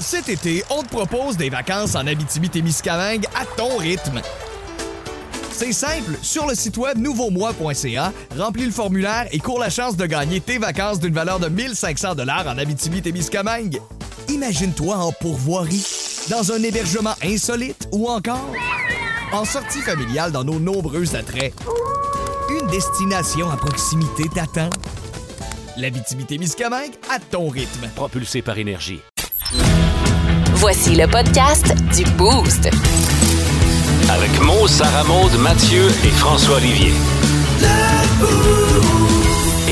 Cet été, on te propose des vacances en Abitibi-Témiscamingue à ton rythme. C'est simple, sur le site web nouveaumois.ca, remplis le formulaire et cours la chance de gagner tes vacances d'une valeur de 1500 dollars en Abitibi-Témiscamingue. Imagine-toi en pourvoirie, dans un hébergement insolite ou encore en sortie familiale dans nos nombreux attraits. Une destination à proximité t'attend. L'Abitibi-Témiscamingue à ton rythme. propulsé par énergie. Voici le podcast du Boost. Avec Mo, Sarah Maud, Mathieu et François Olivier.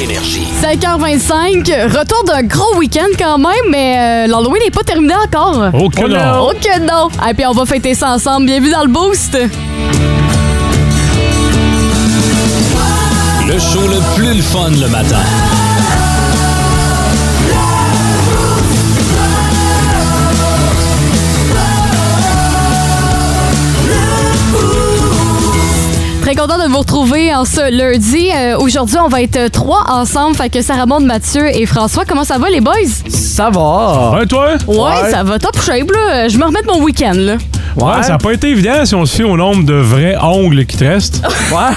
Énergie. 5h25, retour d'un gros week-end quand même, mais euh, l'Halloween n'est pas terminé encore. Oh que non! Oh que non! Et puis on va fêter ça ensemble. Bienvenue dans le Boost! Le show le plus le fun le matin. Très content de vous retrouver en ce lundi. Euh, Aujourd'hui, on va être trois ensemble, fait que Sarah Monde, Mathieu et François. Comment ça va les boys? Ça va. Hein, toi? Ouais, ça va top shape là. Euh, Je me remets de mon week-end là. Ouais, ça n'a pas été évident si on se fie au nombre de vrais ongles qui te restent. Ouais.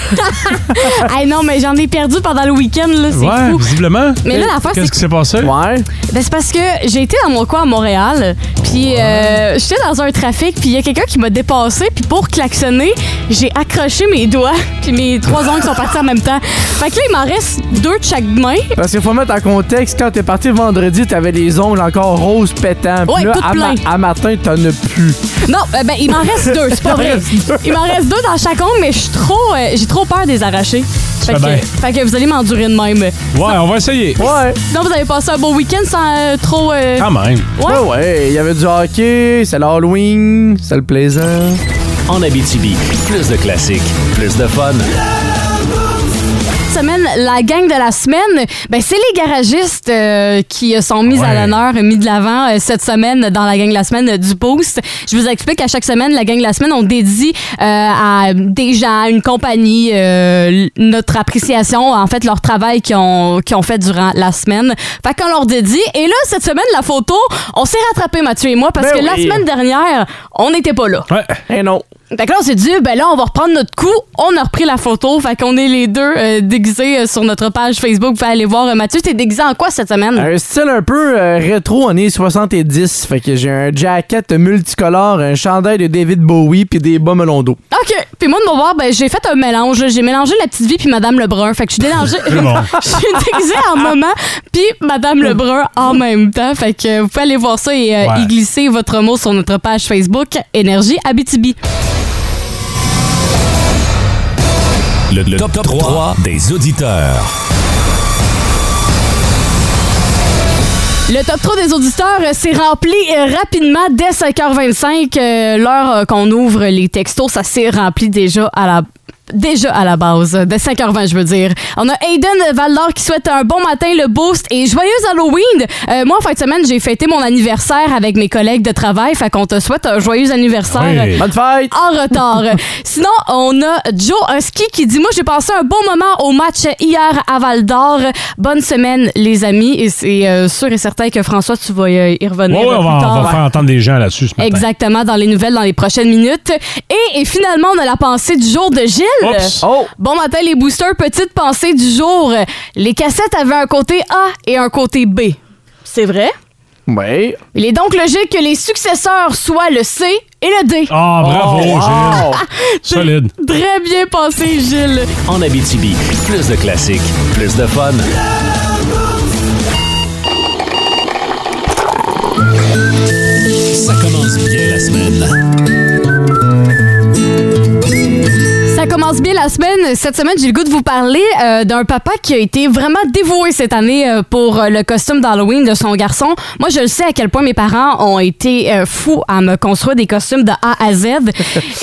Ah non, mais j'en ai perdu pendant le week-end là, c'est Ouais, fou. visiblement. Mais là, l'affaire, c'est Qu'est-ce qui s'est passé? Ouais. Ben, c'est parce que j'ai été dans mon coin à Montréal, puis euh, j'étais dans un trafic, puis il y a quelqu'un qui m'a dépassé, puis pour klaxonner, j'ai accroché mes doigts, puis mes trois ongles sont partis en même temps. Fait que là, il m'en reste deux de chaque main. Parce qu'il faut mettre en contexte, quand t'es parti vendredi, t'avais les ongles encore roses pétants. Puis Ouais, là, tout à, plein. à matin, t'en as plus. Non, euh, ben, il m'en reste deux, c'est pas vrai. Il m'en reste deux dans chaque ongle, mais je suis trop, euh, j'ai trop peur des arracher. Fait fais que, bien. fait que vous allez m'endurer de même. Ouais, on va essayer. Ouais. Sinon, vous avez passé un beau week-end sans euh, trop... euh, Quand même. Ouais. Ouais, ouais. Il y avait du hockey, c'est l'Halloween, c'est le plaisant. En Abitibi, plus de classiques, plus de fun. Cette semaine, la gang de la semaine, ben, c'est les garagistes euh, qui sont mis à Ouais. l'honneur, mis de l'avant euh, cette semaine dans la gang de la semaine euh, du Boost. Je vous explique, à chaque semaine, la gang de la semaine, on dédie euh, à des gens, une compagnie, euh, l- notre appréciation, en fait, leur travail qu'ils ont, qu'ils ont fait durant la semaine. Fait qu'on leur dédie. Et là, cette semaine, la photo, on s'est rattrapé, Mathieu et moi, parce Ben que la oui. semaine dernière, on n'était pas là. Ouais. Eh non. Fait que là, on s'est dit, ben là, on va reprendre notre coup. On a repris la photo. Fait qu'on est les deux euh, déguisés euh, sur notre page Facebook. Vous pouvez aller voir. Euh, Mathieu, t'es déguisé en quoi cette semaine? Un style un peu euh, rétro années 70. Fait que j'ai un jacket multicolore, un chandail de David Bowie, puis des bas melons d'eau. OK. Puis moi, de mon bord, ben, j'ai fait un mélange. là. J'ai mélangé la petite vie puis Madame Lebrun. Fait que je suis délangée. bon. Je suis déguisée en maman puis Madame Lebrun en même temps. Fait que euh, vous pouvez aller voir ça et euh, Ouais. y glisser votre mot sur notre page Facebook Énergie Abitibi. Le, top, 3, des auditeurs. Le top 3 des auditeurs euh, s'est rempli euh, rapidement dès 5h25. euh, L'heure euh, qu'on ouvre les textos, ça s'est rempli déjà à la déjà à la base, euh, dès 5h20, je veux dire. On a Aiden Valdor qui souhaite un bon matin, le boost et joyeux Halloween. Euh, moi, en fin de semaine, j'ai fêté mon anniversaire avec mes collègues de travail, fait qu'on te souhaite un joyeux anniversaire. Ouais. Bonne fête! En retard. Sinon, on a Joe Husky qui dit Moi, j'ai passé un bon moment au match hier à Val d'Or. Bonne semaine, les amis. Et c'est euh, sûr et certain que François, tu vas euh, y revenir Ouais, ouais, euh, on plus va, on tard. va faire entendre des gens là-dessus ce matin. Exactement, dans les nouvelles dans les prochaines minutes. Et, et finalement, on a la pensée du jour de Gilles. Oups. Oh! Bon matin, les boosters. Petite pensée du jour. Les cassettes avaient un côté A et un côté B. C'est vrai. Ouais. Il est donc logique que les successeurs soient le C et le D. Ah, bravo, Oh, Gilles. wow. Solide. Très bien pensé, Gilles. En Abitibi, plus de classiques, plus de fun. Ça commence bien la semaine. Ça commence bien la semaine. Cette semaine, j'ai le goût de vous parler euh, d'un papa qui a été vraiment dévoué cette année euh, pour euh, le costume d'Halloween de son garçon. Moi, je le sais à quel point mes parents ont été euh, fous à me construire des costumes de A à Z.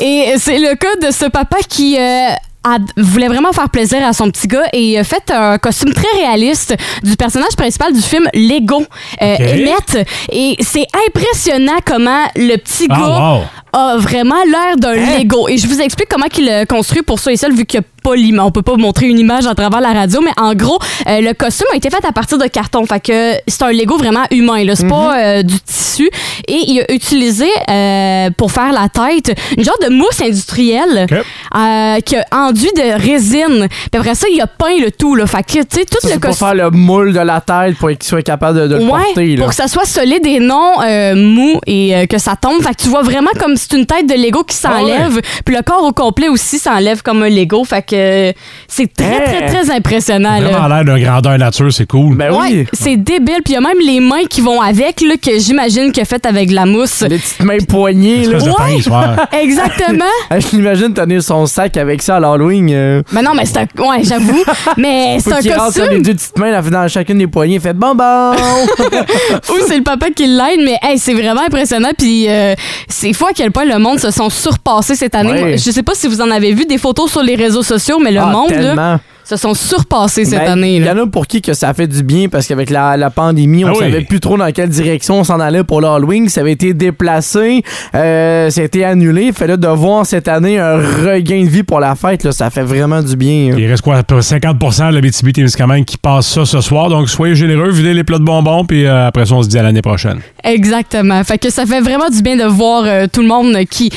Et c'est le cas de ce papa qui... euh, a- voulait vraiment faire plaisir à son petit gars et a fait un costume très réaliste du personnage principal du film Lego, euh, Ok. Emmett. Et c'est impressionnant comment le petit gars Ah, wow. Hein? a vraiment l'air d'un Lego. Et je vous explique comment il le construit euh, pour ceux et celles, vu qu'il n'y a poliment. On peut pas montrer une image à travers la radio, mais en gros, euh, le costume a été fait à partir de carton. Fait que c'est un Lego vraiment humain. là. C'est Mhm. pas euh, du tissu. Et il a utilisé euh, pour faire la tête une genre de mousse industrielle Ok. euh, qui a enduit de résine. Puis après ça, il a peint le tout. Là. Fait que, tu sais, tout Ça, le c'est pour costume. faire le moule de la tête pour qu'il soit capable de, de le Ouais, porter. Là. pour que ça soit solide et non euh, mou et euh, que ça tombe. Fait que tu vois vraiment comme c'est une tête de Lego qui Ah s'enlève. Puis le corps au complet aussi s'enlève comme un Lego. Fait que euh, c'est très, très, très impressionnant. là. Vraiment l'air de grandeur nature, c'est cool. Ben Ouais, oui. c'est débile. Puis il y a même les mains qui vont avec, là, que j'imagine que faites avec de la mousse. Les petites mains poignées. Là. Espèce de Ouais. pince, ouais. Exactement. Ah, Je l'imagine tenir son sac avec ça à l'Halloween. euh, mais non, mais c'est un... Ouais, j'avoue. Mais Eh, c'est faut un qu'il rentre sur les costume. deux petites mains là, dans chacune des poignées. Fait bon, bon. Ou c'est le papa qui l'aide, mais hey, c'est vraiment impressionnant. Puis euh, c'est fou à quel point le monde se sont surpassés cette année. Ouais. Moi, Je sais pas si vous en avez vu des photos sur les réseaux sociaux, mais le Ah, monde là, tellement. se sont surpassés cette Ben, année. Il y là. en a pour qui que ça fait du bien parce qu'avec la, la pandémie, on Ah oui. savait plus trop dans quelle direction on s'en allait pour l'Halloween. Ça avait été déplacé, euh, ça a été annulé. Fait là, de voir cette année un regain de vie pour la fête, là, ça fait vraiment du bien. hein. Il reste quoi, à peu près 50 de la BTB qui passe ça ce soir. Donc, soyez généreux, videz les plats de bonbons, puis euh, après ça, on se dit à l'année prochaine. Exactement. Fait que ça fait vraiment du bien de voir euh, tout le monde qui.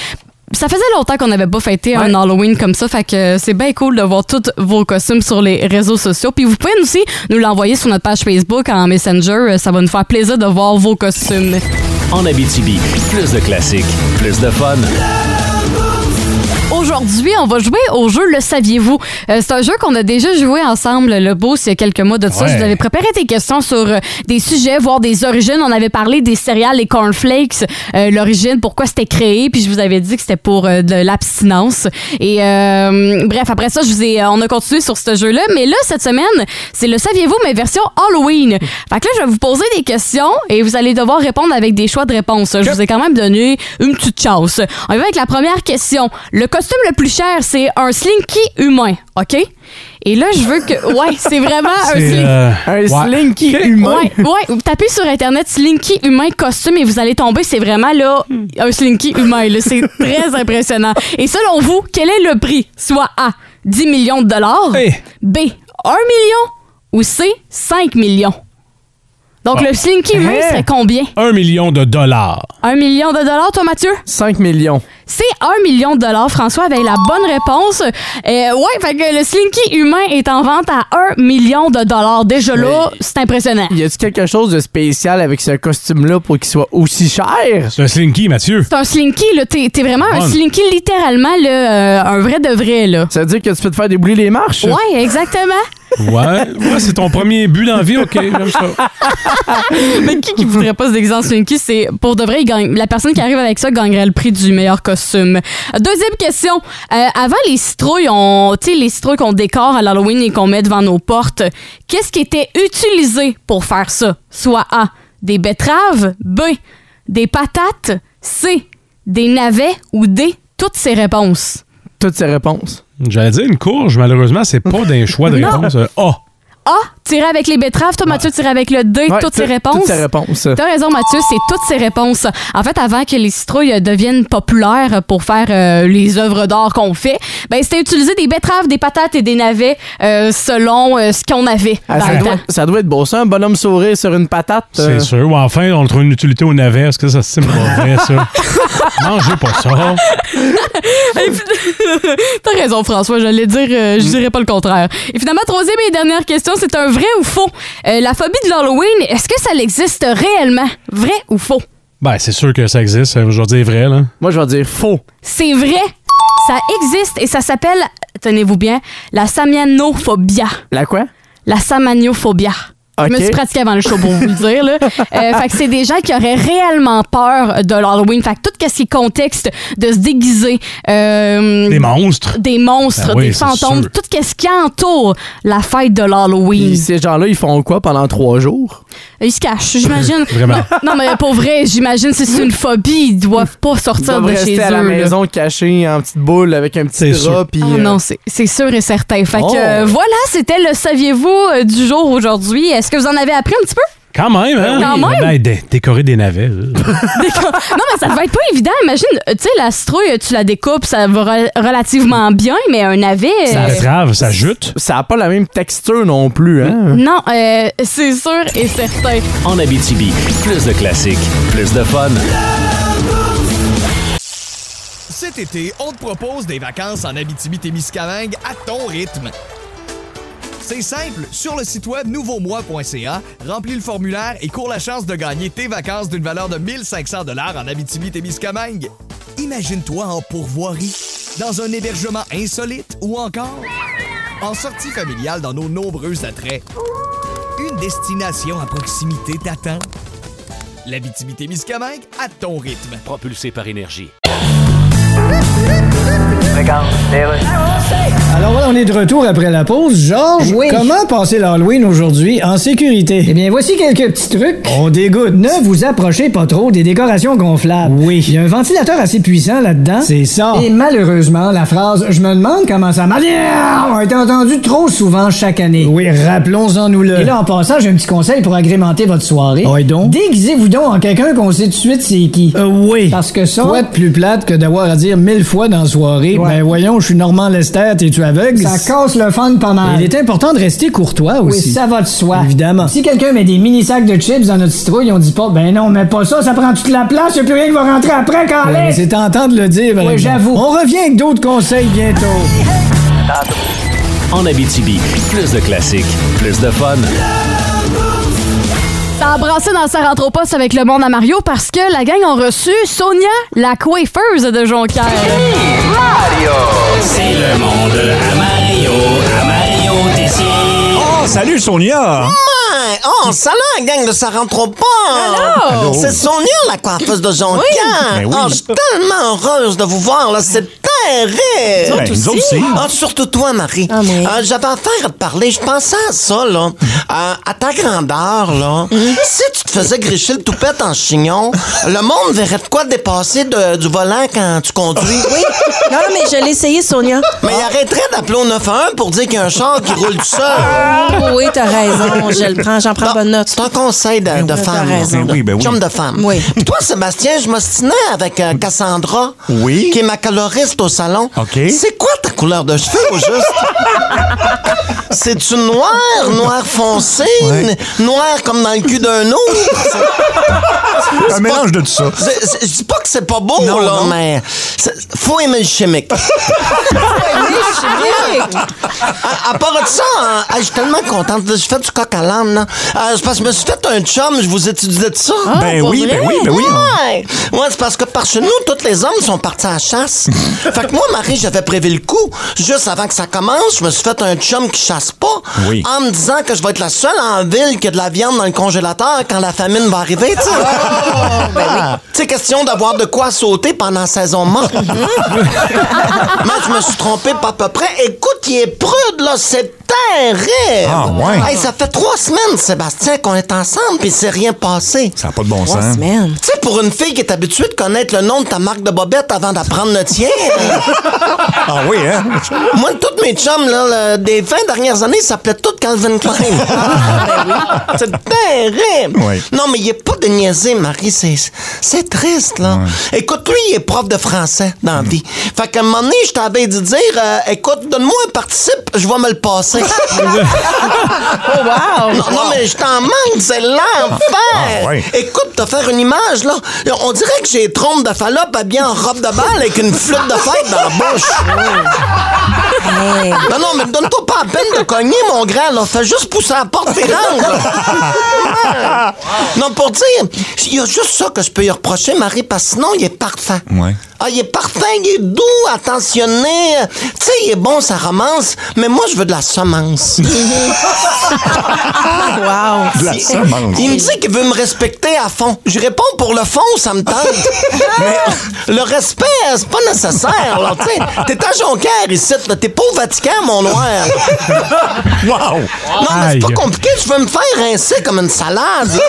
Ça faisait longtemps qu'on n'avait pas fêté un Halloween comme ça, fait que euh, c'est bien cool de voir tous vos costumes sur les réseaux sociaux. Puis vous pouvez aussi nous l'envoyer sur notre page Facebook en Messenger. Euh, Ça va nous faire plaisir de voir vos costumes. En Abitibi, plus de classiques, plus de fun. Aujourd'hui, on va jouer au jeu Le saviez-vous. Euh, c'est un jeu qu'on a déjà joué ensemble, le beau, il y a quelques mois de ça. Ouais. Je vous avais préparé des questions sur euh, des sujets, voire des origines. On avait parlé des céréales, les cornflakes, euh, l'origine, pourquoi c'était créé, puis je vous avais dit que c'était pour euh, de l'abstinence. Et euh, bref, après ça, je vous ai, euh, on a continué sur ce jeu-là. Mais là, cette semaine, c'est Le saviez-vous, mais version Halloween. Fait que là, je vais vous poser des questions et vous allez devoir répondre avec des choix de réponse. Je vous ai quand même donné une petite chance. On y va avec la première question. Le costume le plus cher, c'est un slinky humain, OK? Et là, je veux que... Ouais, c'est vraiment un slinky. Ah, Un euh, ouais. slinky humain. Ouais, ouais, vous tapez sur internet Slinky humain costume et vous allez tomber, c'est vraiment là Hmm. un Slinky humain, là. c'est très impressionnant. Et selon vous, quel est le prix Soit A, 10 millions de dollars, Hey. B, 1 million ou C, 5 millions. Donc Ah. le Slinky humain Hein? serait combien Un million de dollars. 1 million de dollars toi Mathieu 5 millions. C'est 1 million de dollars François avec la bonne réponse. Euh, ouais, fait que le Slinky humain est en vente à 1 million de dollars. Déjà là, c'est impressionnant. Y a-tu quelque chose de spécial avec ce costume-là pour qu'il soit aussi cher? C'est un slinky, Mathieu. C'est un slinky, là. T'es t'es vraiment un Bonne. slinky, littéralement, là, euh, un vrai de vrai, là. Ça veut dire que tu peux te faire débouler les marches? Ouais, exactement. Ouais, ouais c'est ton premier but dans la vie, OK. j'aime ça. Mais qui qui voudrait pas se déguiser en slinky, c'est pour de vrai, il gagne- la personne qui arrive avec ça gagnerait le prix du meilleur costume. Deuxième question. Euh, avant les citrouilles, on, tu sais, les citrouilles qu'on décore à l'Halloween et qu'on met devant nos portes, qu'est-ce qui était utilisé pour faire ça? Soit A, des betteraves, B, des patates, C, des navets ou D, toutes ces réponses. Toutes ces réponses. J'allais dire une courge, malheureusement, c'est pas d'un choix de Non. réponse. Euh, Ah! A, tirer avec les betteraves. Toi, Mathieu, tirer avec le D. Ouais, toutes tout- ces réponses. Toutes ces réponses. T'as raison, Mathieu, c'est toutes ces réponses. En fait, avant que les citrouilles euh, deviennent populaires euh, pour faire euh, les œuvres d'art qu'on fait, ben, c'était utiliser des betteraves, des patates et des navets euh, selon euh, ce qu'on avait. Ah, dans ça, le doit, temps. ça doit être beau, ça, un bonhomme sourire sur une patate. C'est euh, sûr. Ou enfin, on trouve une utilité au navet. Est-ce que ça, c'est mauvais, ça? Mangez pas ça. T'as raison, François, j'allais dire, euh, je Mm. dirais pas le contraire. Et finalement, troisième et dernière question, c'est un vrai ou faux? Euh, la phobie de l'Halloween, est-ce que ça existe réellement? Vrai ou faux? Ben, c'est sûr que ça existe. hein, Aujourd'hui, est vrai, là. Moi, je vais dire faux. C'est vrai! Ça existe et ça s'appelle, tenez-vous bien, la samianophobia. La quoi? La samaniophobia. Je Ok. me suis pratiquée avant le show pour vous le dire. Là. Euh, fait que c'est des gens qui auraient réellement peur de l'Halloween. Fait que tout ce qui est contexte de se déguiser, euh, Des monstres. des monstres, Ben oui, des c'est fantômes, sûr. tout ce qui entoure la fête de l'Halloween. Puis ces gens-là, ils font quoi pendant trois jours? Ils se cachent, j'imagine. Vraiment. non, mais pour vrai, j'imagine si c'est une phobie, ils doivent pas Ils sortir doivent de chez rester eux. à la là. maison cachés en petite boule avec un petit C'est drap. sûr. Puis, Ah euh, non, c'est c'est sûr et certain. Fait que Oh. euh, voilà, c'était le saviez-vous euh, du jour aujourd'hui. Est-ce que vous en avez appris un petit peu? Quand même, hein? Quand même. Ben, dé- décorer des navets. là. non, mais ça va être pas évident. Imagine, euh, tu sais, la citrouille, tu la découpes, ça va re- relativement bien, mais un navet. ça euh, trave, ça jute. Ça n'a pas la même texture non plus, hein? non, euh, c'est sûr et certain. En Abitibi, plus de classiques, plus de fun. Cet été, on te propose des vacances en Abitibi-Témiscamingue à ton rythme. C'est simple, sur le site web nouveaumois.ca, remplis le formulaire et cours la chance de gagner tes vacances d'une valeur de 1500 dollars en Abitibi-Témiscamingue. Imagine-toi en pourvoirie, dans un hébergement insolite ou encore en sortie familiale dans nos nombreux attraits. Une destination à proximité t'attend. L'Abitibi-Témiscamingue à ton rythme. Propulsé par énergie. Alors voilà, on est de retour après la pause. Georges, Oui. comment passer l'Halloween aujourd'hui en sécurité? Eh bien, voici quelques petits trucs. on dégoûte. Ne vous approchez pas trop des décorations gonflables. Oui. Il y a un ventilateur assez puissant là-dedans. C'est ça. Et malheureusement, la phrase « Je me demande comment ça marche » a été entendue trop souvent chaque année. Oui, rappelons-en-nous le. Et là, en passant, j'ai un petit conseil pour agrémenter votre soirée. Ah oui, donc? Déguisez-vous donc en quelqu'un qu'on sait tout de suite c'est qui. Euh, oui. Parce que ça, Quoi de plus plate que d'avoir à dire mille fois dans la soirée, Ouais. ben voyons, je suis Normand Lester, t'es-tu aveugle? ça casse le fun pas Et mal. Il est important de rester courtois oui, aussi. ça va de soi. Évidemment. Si quelqu'un met des mini sacs de chips dans notre citrouille, on dit pas, ben non, mais pas ça, ça prend toute la place, y'a plus rien qui va rentrer après, quand Ouais, mais même. C'est tentant de le dire, par exemple. j'avoue. On revient avec d'autres conseils bientôt. En Abitibi, plus de classiques, plus de fun. Ça a brassé dans sa rentre au poste avec le monde à Mario parce que la gang ont reçu Sonia, la coiffeuse de Jonquière. C'est le monde à Mario, à Mario Oh, salut Sonia! Oh, salut, gang de ça rentre pas! Oh! C'est Sonia, la coiffeuse de Jonquière! Ben oui. Oh, je suis tellement heureuse de vous voir, là, c'est terrible! Ben, nous aussi. Ah, surtout toi, Marie. Euh, J'avais affaire à te parler. Je pensais à ça, là. Euh, à ta grandeur, là. Si tu te faisais gricher le toupette en chignon, le monde verrait de quoi dépasser de- du volant quand tu conduis. Oui. Non, mais je l'ai essayé, Sonia. Mais il arrêterait d'appeler au 911 pour dire qu'il y a un char qui roule tout seul. Oh, oui, t'as raison. Je le prends, j'en prends bonne note. Ben C'est un conseil de, de oui, femme. t'as raison. là. Oui, ben oui. Chum de femme. Oui. Puis toi, Sébastien, je m'ostinais avec euh, Cassandra. Oui. Qui est ma coloriste au salon. OK. C'est quoi ta couleur de cheveux, au juste? C'est-tu noir, noir foncé, Ouais. n- noir comme dans le cul d'un ours? Un mélange de tout ça. C'est- c'est- Je dis pas que c'est pas beau, Non, là, non. mais c'est- faut aimer le chimique. Ah, À, à part de ça, hein, ah, je suis tellement contente. Je fais du coq à l'âne, là. Ah, c'est parce que je me suis fait un chum, je vous étudiais de ça. ben, pour oui, vrai? ben oui, ben oui, Ouais, Ouais, c'est parce que par chez nous, tous les hommes sont partis à la chasse. fait que moi, Marie, j'avais prévu le coup. Juste avant que ça commence, je me suis fait un chum qui chasse pas. Oui. En me disant que je vais être la seule en ville qui a de la viande dans le congélateur quand la famine va arriver, tu sais. Oh! Ben C'est question d'avoir de quoi sauter pendant la saison morte. Mm-hmm. Moi, je me suis trompé pas à peu près. Écoute, il est prude, là, c'est terrible. Ah, ouais. Hey, ça fait trois semaines, Sébastien, qu'on est ensemble, puis c'est rien passé. Ça n'a pas de bon Trois sens. semaines. Tu sais, pour une fille qui est habituée de connaître le nom de ta marque de bobette avant d'apprendre le tien, euh, Ah oui, hein? moi, toutes mes chums, là, le- des 20 dernières années, ils s'appelaient toutes Calvin Klein. Ah, ben c'est terrible. Oui. Non, mais il est pas de niaiser, Marie. C'est, c'est triste, là. Écoute, lui, il est prof de français dans la vie. Fait qu'à un moment donné, je t'avais dit de dire, euh, écoute, donne-moi un participe, je vais me le passer. Wow! Non, non, mais je t'en manque, c'est l'enfer! Ah, ouais. Écoute, te faire une image, là, on dirait que j'ai les trompes de fallope habillées en robe de balle avec une flûte de fête dans la bouche. Hey. Non, non, mais donne-toi pas la peine de cogner, mon grand, là. Fais juste pousser la porte et rentre, là. Non, pour dire, il y a juste ça que je peux y reprocher, Marie, parce que sinon, il est parfait. Ouais. Ah, il est parfait, il est doux, attentionné. Tu sais, il est bon, sa romance, mais moi, je veux de la semence. Ah, wow! De la semence. Il me dit qu'il veut me respecter à fond. Je réponds pour le fond, ça me tente. Mais le respect, euh, c'est pas nécessaire. là, tu sais. T'es à Jonquière ici, là, t'es pas au Vatican, mon noir. wow. Non, mais c'est Aïe. pas compliqué. Je veux me faire rincer comme une salade.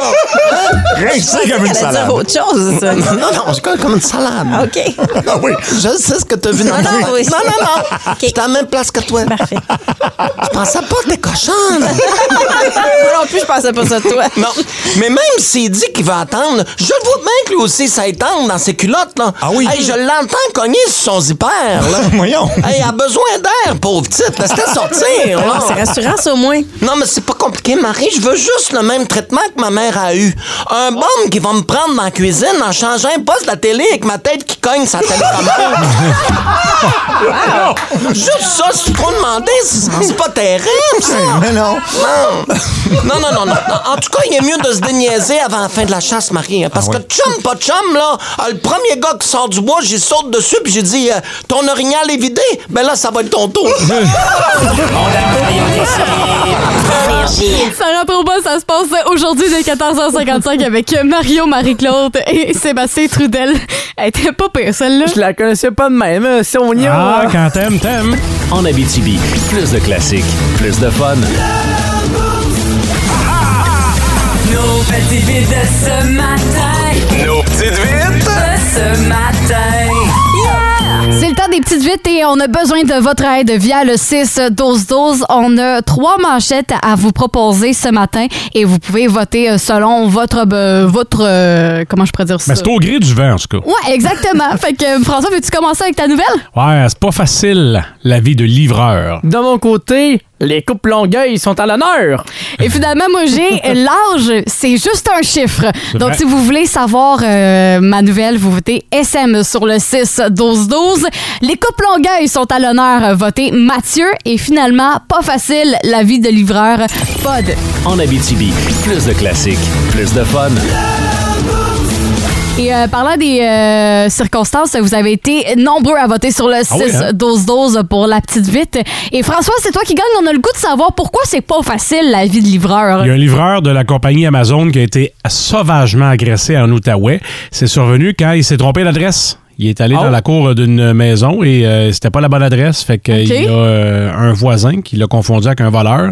Rincer comme une T'allais dire salade. autre chose, ça. Non, non, je colle comme une salade. OK. Ah oui. Je sais ce que t'as vu dans Non, non, oui. Non, non, non. J'étais à la même place que toi. Parfait. Je pensais pas que t'es cochonne. Moi non plus, je pensais pas ça de toi. Non. Mais même s'il dit qu'il va attendre, je le vois bien que lui aussi, ça étend dans ses culottes, là. Ah oui? Hey, je l'entends cogner sur son zipper, là. Voyons. Hey, elle a besoin d'air, pauvre petite. Laisse-la sortir, là. Ah, C'est rassurant, ça, au moins. Non, mais c'est pas compliqué, Marie. Je veux juste le même traitement que ma mère a eu. Un bombe qui va me prendre dans la cuisine en changeant un poste de la télé avec ma tête qui cogne sa télécommande. Juste ça, si tu peux demander, c'est c'est pas terrible, ça. Mais non. Non. Non, non, non, non. En tout cas, il est mieux de se déniaiser avant la fin de la chasse, Marie. hein, parce que chum, pas chum, là, euh, le premier gars qui sort du bois, j'y saute dessus puis j'ai dit, euh, ton orignal est vidé. Ben là, ça va être ton tour. Sarah Proba, ça se passe aujourd'hui dès 14h55 avec Mario, Marie-Claude et Sébastien Trudel. Elle était pas pire, celle-là. Je la connaissais pas de même. euh, Sonia. Ah, quand t'aimes, t'aimes. En Abitibi, plus de classiques, plus de fun. Nos petites vites de ce matin. Nos petites vites de ce matin. C'est le temps des petites vites et on a besoin de votre aide via le 6-12-12. On a trois manchettes à vous proposer ce matin et vous pouvez voter selon votre... euh, votre euh, comment je pourrais dire ça? Mais c'est au gré du vent, en tout cas. Ouais, exactement. fait que euh, François, veux-tu commencer avec ta nouvelle? Ouais, c'est pas facile, la vie de livreur. De mon côté, les coupes longueuil sont à l'honneur. Et finalement, moi, j'ai l'âge, c'est juste un chiffre. C'est Donc, vrai. si vous voulez savoir euh, ma nouvelle, vous votez SM sur le 6-12-12. Les couples longueuil sont à l'honneur. Votez Mathieu. Et finalement, pas facile, la vie de livreur, Pod. En Abitibi, plus de classiques, plus de fun. Et euh, parlant des euh, circonstances, vous avez été nombreux à voter sur le Ah oui, hein? 6-12-12 pour la petite vite. Et François, c'est toi qui gagne. On a le goût de savoir pourquoi c'est pas facile, la vie de livreur. Il y a un livreur de la compagnie Amazon qui a été sauvagement agressé en Outaouais. C'est survenu quand il s'est trompé d'adresse. Il est allé Oh. Ah. dans la cour d'une maison et euh, c'était pas la bonne adresse. Fait qu'il Ok. y a euh, un voisin qui l'a confondu avec un voleur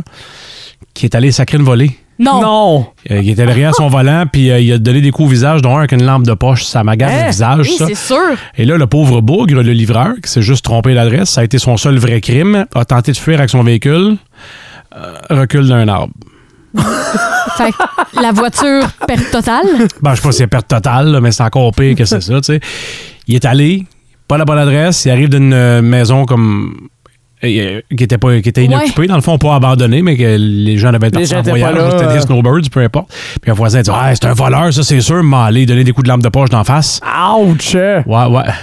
qui est allé sacrer une volée. Non. Non. Euh, il était derrière son volant, puis euh, il a donné des coups au visage, dont un avec une lampe de poche. Ça m'agace Hein? le visage, Oui, ça. c'est sûr. Et là, le pauvre bougre, le livreur, qui s'est juste trompé d'adresse, ça a été son seul vrai crime, a tenté de fuir avec son véhicule, euh, recul d'un arbre. Fait que la voiture, perte totale. Ben, je sais pas si c'est perte totale, là, mais c'est encore pire que c'est ça, tu sais. Il est allé, pas la bonne adresse, il arrive d'une euh, maison comme. euh, qui était, pas, qui était inoccupée, dans le fond, pas abandonnée, mais que les gens avaient Les partis gens en étaient voyage, pas là, c'était euh. des snowbirds, peu importe. Puis un voisin dit Ah, c'est un voleur, ça, c'est sûr, m'a allé donner des coups de lampe de poche d'en face. Ouch! Ouais, ouais. Ah,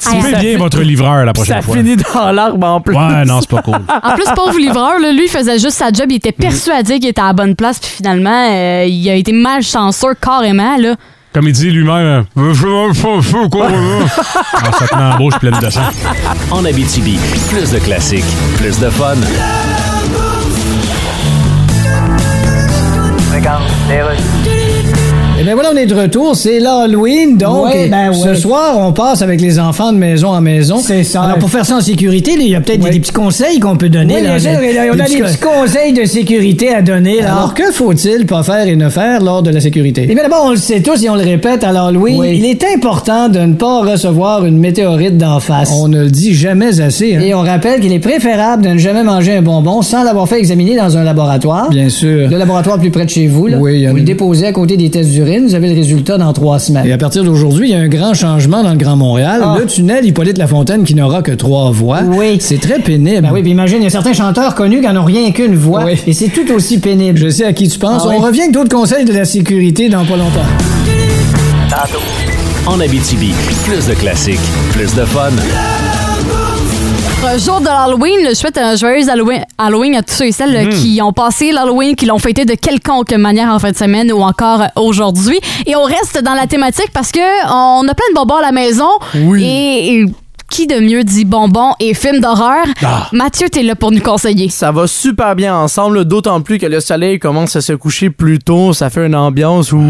Suivez bien votre livreur la Puis prochaine ça fois. finit dans l'arbre en plus. Ouais, non, c'est pas cool. En plus, pauvre livreur, là, lui, il faisait juste sa job. Il était Mhm. persuadé qu'il était à la bonne place. Puis finalement, euh, il a été malchanceux carrément. Là. Comme il dit lui-même, euh, je fais feu, quoi, moi, là. Ah, en se tenant la bouche pleine de sang. En Abitibi, plus de classiques, plus de fun. Eh bien voilà, on est de retour. C'est l'Halloween, donc Ouais, eh, ben ouais. ce soir, on passe avec les enfants de maison en maison. C'est ça. Alors pour faire ça en sécurité, là, il y a peut-être des, des petits conseils qu'on peut donner. Oui, là, bien sûr, des- on a des co- petits conseils de sécurité à donner. Là. Alors que faut-il pas faire et ne faire lors de la sécurité? Eh bien d'abord, on le sait tous et on le répète, alors Louis, il est important de ne pas recevoir une météorite d'en face. On ne le dit jamais assez. hein. Et on rappelle qu'il est préférable de ne jamais manger un bonbon sans l'avoir fait examiner dans un laboratoire. Bien sûr. Le laboratoire plus près de chez vous, là. vous le déposez à côté des tests d'urine, vous avez le résultat dans trois semaines. Et à partir d'aujourd'hui, il y a un grand changement dans le Grand Montréal. Le tunnel Hippolyte Lafontaine qui n'aura que trois voies. Oui. C'est très pénible. Ben oui, puis imagine, il y a certains chanteurs connus qui n'en ont rien qu'une voix. Et c'est tout aussi pénible. Je sais à qui tu penses. Ah oui. On revient avec d'autres conseils de la sécurité dans pas longtemps. En Abitibi, plus de classiques, plus de fun. Euh, jour de l'Halloween, là, je souhaite un joyeux Halloween, Halloween à tous ceux et celles là, Mhm. qui ont passé l'Halloween, qui l'ont fêté de quelconque manière en fin de semaine ou encore euh, aujourd'hui. Et on reste dans la thématique parce que on a plein de bonbons à la maison. Et, et qui de mieux dit bonbons et films d'horreur? Ah, Mathieu, t'es là pour nous conseiller. Ça va super bien ensemble, d'autant plus que le soleil commence à se coucher plus tôt. Ça fait une ambiance où.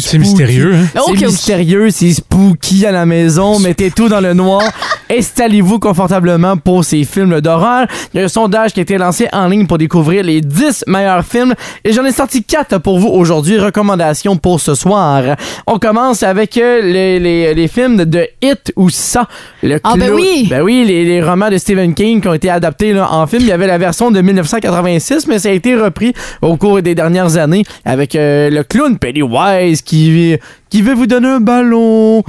C'est mystérieux, hein? C'est Ok, ok. mystérieux, c'est spooky à la maison. Mettez tout dans le noir. Installez-vous confortablement pour ces films d'horreur. Il y a un sondage qui a été lancé en ligne pour découvrir les 10 meilleurs films et j'en ai sorti 4 pour vous aujourd'hui. Recommandations pour ce soir. On commence avec euh, les, les- les films de Hit ou Ça. Le Ah, ben clown- oui! Ben oui, les, les romans de Stephen King qui ont été adaptés là, en film. Il y avait la version de 1986, mais ça a été repris au cours des dernières années avec euh, le clown Pennywise qui, qui veut vous donner un ballon.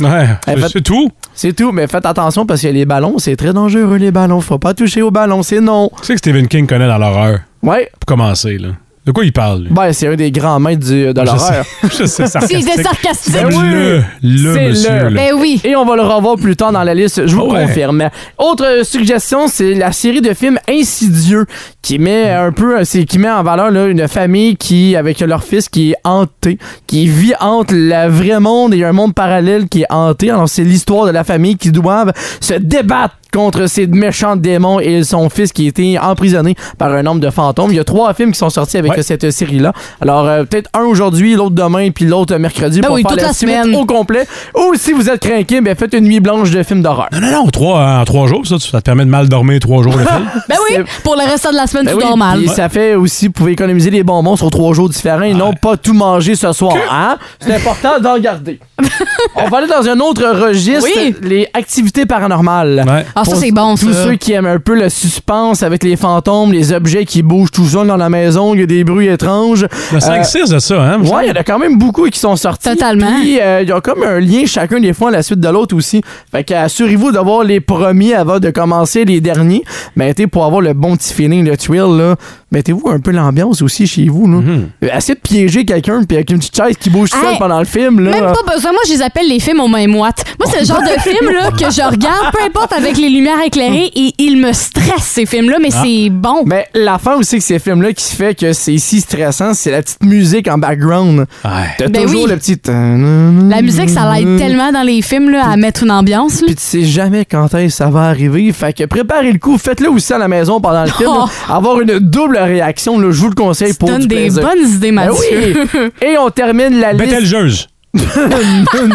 c'est tout. C'est tout, mais faites attention parce que les ballons, c'est très dangereux, les ballons. Faut pas toucher aux ballons, c'est non. Tu sais que Stephen King connaît dans l'horreur. Ouais. Pour commencer, là. De quoi il parle, lui? Ben, c'est un des grands maîtres du- de Je l'horreur. sais- je sais, sarcastique. C'est sarcastique. Ben oui. Le- le C'est monsieur, là. Ben oui. Et on va le revoir plus tard dans la liste, je vous Ah ouais. confirme. Autre suggestion, c'est la série de films Insidieux qui met un peu euh, c'est qui met en valeur là, une famille qui avec leur fils qui est hanté, qui vit entre le vrai monde et un monde parallèle qui est hanté. Alors c'est l'histoire de la famille qui doivent se débattre contre ces méchants démons et son fils qui a été emprisonné par un nombre de fantômes. Il y a trois films qui sont sortis avec euh, cette série-là. Alors, euh, peut-être un aujourd'hui, l'autre demain, puis l'autre mercredi Ben pour oui, faire toute la suite semaine. au complet. Ou si vous êtes craqué, ben faites une nuit blanche de films d'horreur. Non, non, non, trois, en trois jours, ça, ça te permet de mal dormir trois jours de film. Ben oui, pour le restant de la semaine, Ben tu oui, dors mal. puis ça fait aussi, vous pouvez économiser les bonbons sur trois jours différents et non pas tout manger ce soir. hein? C'est important d'en garder. On va aller dans un autre registre, Oui. les activités paranormales. Ah, ça, Pour c'est bon, Tous ça. ceux qui aiment un peu le suspense avec les fantômes, les objets qui bougent tout seuls dans la maison, il y a des bruits étranges. Il y a cinq, Euh, six de ça, hein? me Ouais, il y semble. en a quand même beaucoup qui sont sortis. Totalement. Puis, euh, ils ont comme un lien chacun des fois à la suite de l'autre aussi. Fait que assurez-vous d'avoir les premiers avant de commencer les derniers. Mais tu sais, pour avoir le bon petit feeling, le thrill, là, mettez-vous un peu l'ambiance aussi chez vous. Là. Mhm. Euh, Essayez de piéger quelqu'un puis avec une petite chaise qui bouge tout seul Hey, pendant le film. Là. Même pas besoin. Moi, je les appelle les films aux mains moites. Moi, c'est le genre de film là, que je regarde, peu importe avec les lumières éclairées, et ils me stressent, ces films-là, mais Ah. c'est bon. Mais la fin aussi que ces films-là qui fait que c'est si stressant, c'est la petite musique en background. T'as Ben toujours oui. le petit... euh, La musique, ça Mm. l'aide tellement dans les films là, à mettre une ambiance. là. Puis tu sais jamais quand est-ce que ça va arriver. Fait que préparez le coup, faites-le aussi à la maison pendant le film. Oh. là. Avoir une double réaction, là, je vous le conseille pour donnes du des plaisir. bonnes idées, Ben Mathieu. oui. Et on termine la liste. Betelgeuse.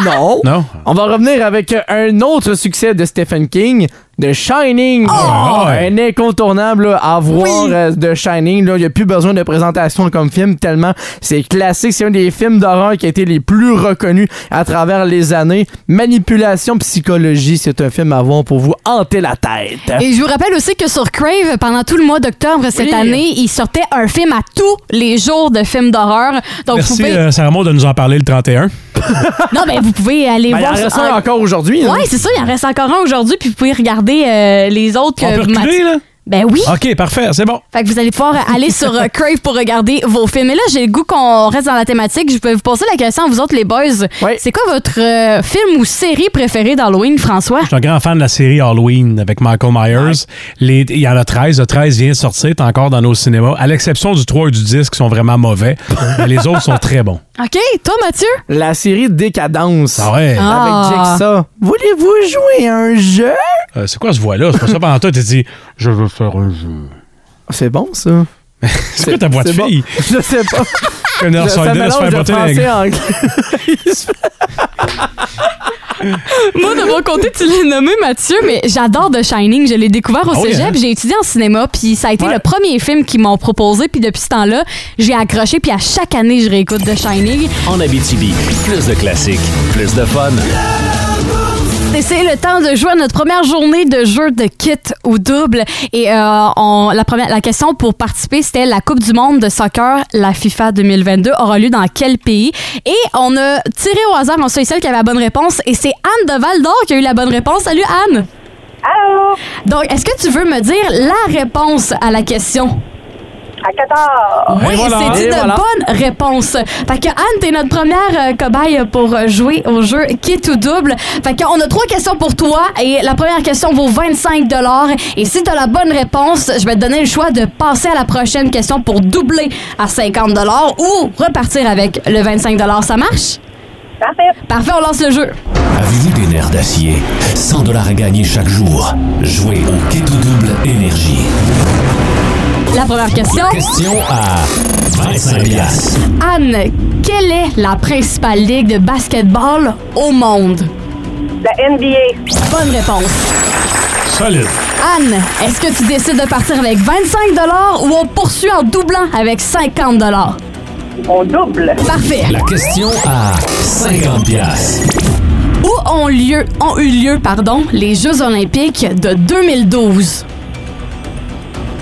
non. Non. On va revenir avec un autre succès de Stephen King, The Shining. Ah, Un incontournable là, à voir euh, The Shining. là. Il n'y a plus besoin de présentation comme film tellement c'est classique. C'est un des films d'horreur qui a été les plus reconnus à travers les années. Manipulation, psychologie, c'est un film à voir pour vous hanter la tête. Et je vous rappelle aussi que sur Crave, pendant tout le mois d'octobre cette Oui. année, il sortait un film à tous les jours de films d'horreur. Donc, vous Merci, pouvez... euh, Sarah Maud, de nous en parler le 31. Non, mais vous pouvez aller Ben, il voir... en reste sur- un encore aujourd'hui, hein. Oui, c'est ça, il en reste encore un aujourd'hui, puis vous pouvez regarder euh, les autres que... On peut Mathieu- reculer, là? Ben oui. OK, parfait, c'est bon. Fait que vous allez pouvoir aller sur euh, Crave pour regarder vos films. Et là, j'ai le goût qu'on reste dans la thématique. Je peux vous poser la question à vous autres, les boys. C'est quoi votre euh, film ou série préférée d'Halloween, François? Je suis un grand fan de la série Halloween avec Michael Myers. Les- Il y en a 13. Le 13 vient de sortir, t'es encore dans nos cinémas, à l'exception du 3 et du 10 qui sont vraiment mauvais. mais les autres sont très bons. OK, toi, Mathieu? La série Décadence. ouais. Avec Ah. Jigsaw. Voulez-vous jouer à un jeu? Euh, c'est quoi ce voix-là? C'est pas ça pendant toi, t'as dit « Je veux faire un jeu C'est bon, ça. ». C'est quoi ta voix de c'est bon. fille? Je sais pas. Comme dans Je- ça Sardine, elle se fait mélange botter de dans les- français et anglais. Moi, de mon côté, tu l'as nommé Mathieu, mais j'adore The Shining. Je l'ai découvert au Ah oui, cégep. hein? J'ai étudié en cinéma, puis ça a été le premier film qu'ils m'ont proposé. Puis depuis ce temps-là, j'ai accroché, puis à chaque année, je réécoute The Shining. En Abitibi, plus de classiques, plus de fun. Et c'est le temps de jouer à notre première journée de jeu de kit ou double. Et euh, on- la, première, la question pour participer, c'était la Coupe du monde de soccer, la FIFA 2022, aura lieu dans quel pays? Et on a tiré au hasard en ceux et celles qui avaient la bonne réponse. Et c'est Anne de Val-d'Or qui a eu la bonne réponse. Salut Anne! Allô! Donc, est-ce que tu veux me dire la réponse à la question? À 14! Oui, Et voilà. c'est Et une voilà. bonne réponse. Fait que Anne, t'es notre première euh, cobaye pour euh, jouer au jeu qui est tout double. Fait que on a trois questions pour toi et la première question vaut 25 Et si t'as la bonne réponse, je vais te donner le choix de passer à la prochaine question pour doubler à 50 ou repartir avec le 25 Ça marche? Parfait. Parfait, on lance le jeu. Avez-vous des nerfs d'acier? 100 dollars à gagner chaque jour. Jouez au Keto Double Énergie. La première question. Question à 25 piastres. Anne, quelle est la principale ligue de basketball au monde? La NBA. Bonne réponse. Solide. Anne, est-ce que tu décides de partir avec 25 ou on poursuit en doublant avec 50 On double. Parfait. La question à 50 pièces. Où ont, lieu, ont eu lieu pardon, les Jeux olympiques de 2012?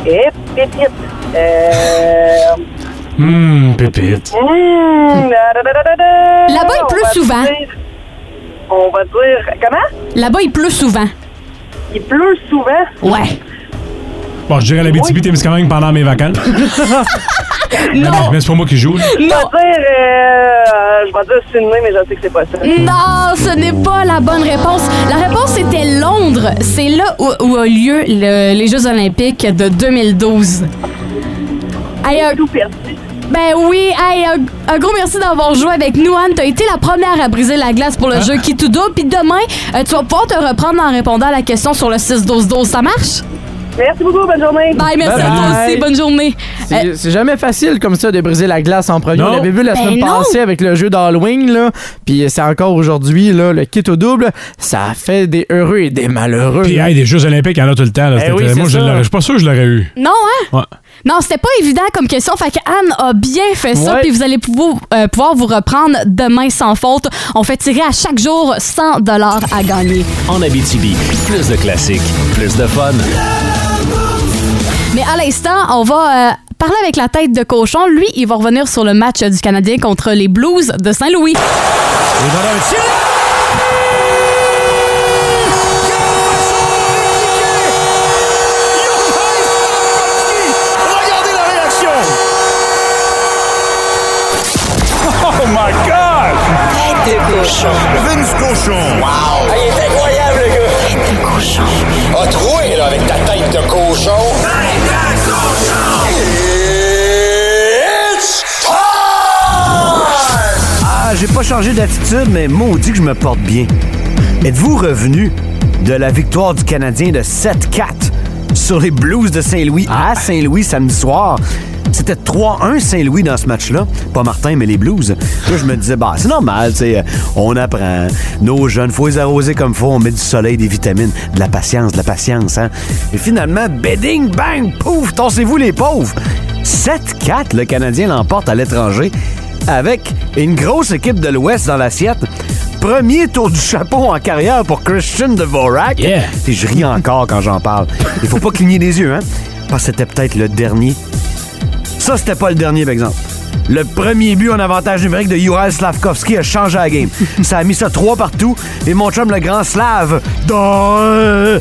Hip, hip, hip. Euh... Hum, pépite. hmm, da, da, da, da, da. Là-bas, il On pleut va souvent. dire- on va dire... Comment? Là-bas, il pleut souvent. Il pleut souvent? Ouais. Bon, je dirais la BTB Témiscamingue pendant mes vacances. Mais bon, mais c'est pas moi qui joue. là. Je vais dire... euh, je vais dire Sydney, mais je sais que c'est pas ça. Non, ce n'est pas la bonne réponse. La réponse était Londres. C'est là où, où a lieu le- les Jeux olympiques de 2012. Hey, un- Ben oui, hey, un, un gros merci d'avoir joué avec nous, Anne. T'as été la première à briser la glace pour le jeu qui tout double. Puis demain, euh, tu vas pouvoir te reprendre en répondant à la question sur le 6-12-12. Ça marche? Merci beaucoup, bonne journée. Bye, merci à toi Bye. aussi. Bonne journée. C'est c'est jamais facile comme ça de briser la glace en premier. Non. On l'avait vu la Ben semaine non. passée avec le jeu d'Halloween, là. Puis c'est encore aujourd'hui, là, le kit au double. Ça a fait des heureux et des malheureux. Puis, hey, des Jeux Olympiques, il y en a tout le temps. là. Eh C'était- oui, c'est moi, je ça. l'aurais- je suis pas sûr que je l'aurais eu. Non, hein? Ouais. Non, c'était pas évident comme question. Fait que Anne a bien fait ça. Ouais. Puis vous allez pouvoir, euh, pouvoir vous reprendre demain sans faute. On fait tirer à chaque jour 100 à gagner. En Abitibi, plus de classiques, plus de fun. Mais à l'instant, on va euh, parler avec la tête de cochon. Lui, il va revenir sur le match du Canadien contre les Blues de Saint-Louis. Regardez la réaction! Oh my God! Tête de cochon. Vince cochon. Wow! Ah, il est incroyable, le gars! Tête de cochon. A troué, là, avec ta tête de cochon. Tête de cochon! Ah, j'ai pas changé d'attitude, mais maudit que je me porte bien. Êtes-vous revenu de la victoire du Canadien de 7-4 sur les Blues de Saint-Louis à Saint-Louis samedi soir? C'était 3-1 Saint-Louis dans ce match-là. Pas Martin, mais les Blues. Là, je me disais, bah, c'est normal, tu sais, euh, on apprend. Nos jeunes, faut les arroser comme faut. On met du soleil, des vitamines, de la patience, de la patience, hein. Et finalement, bedding, bang, pouf, torsez-vous les pauvres. 7-4, le Canadien l'emporte à l'étranger avec une grosse équipe de l'Ouest dans l'assiette. Premier tour du chapeau en carrière pour Christian Dvorak. Et je ris encore quand j'en parle. Il faut pas cligner des yeux, hein? Parce que c'était peut-être le dernier. Ça, c'était pas le dernier, par exemple. Le premier but en avantage numérique de Ural Slavkovski a changé la game. Ça a mis ça trois partout et mon chum, le grand Slav, dans- euh,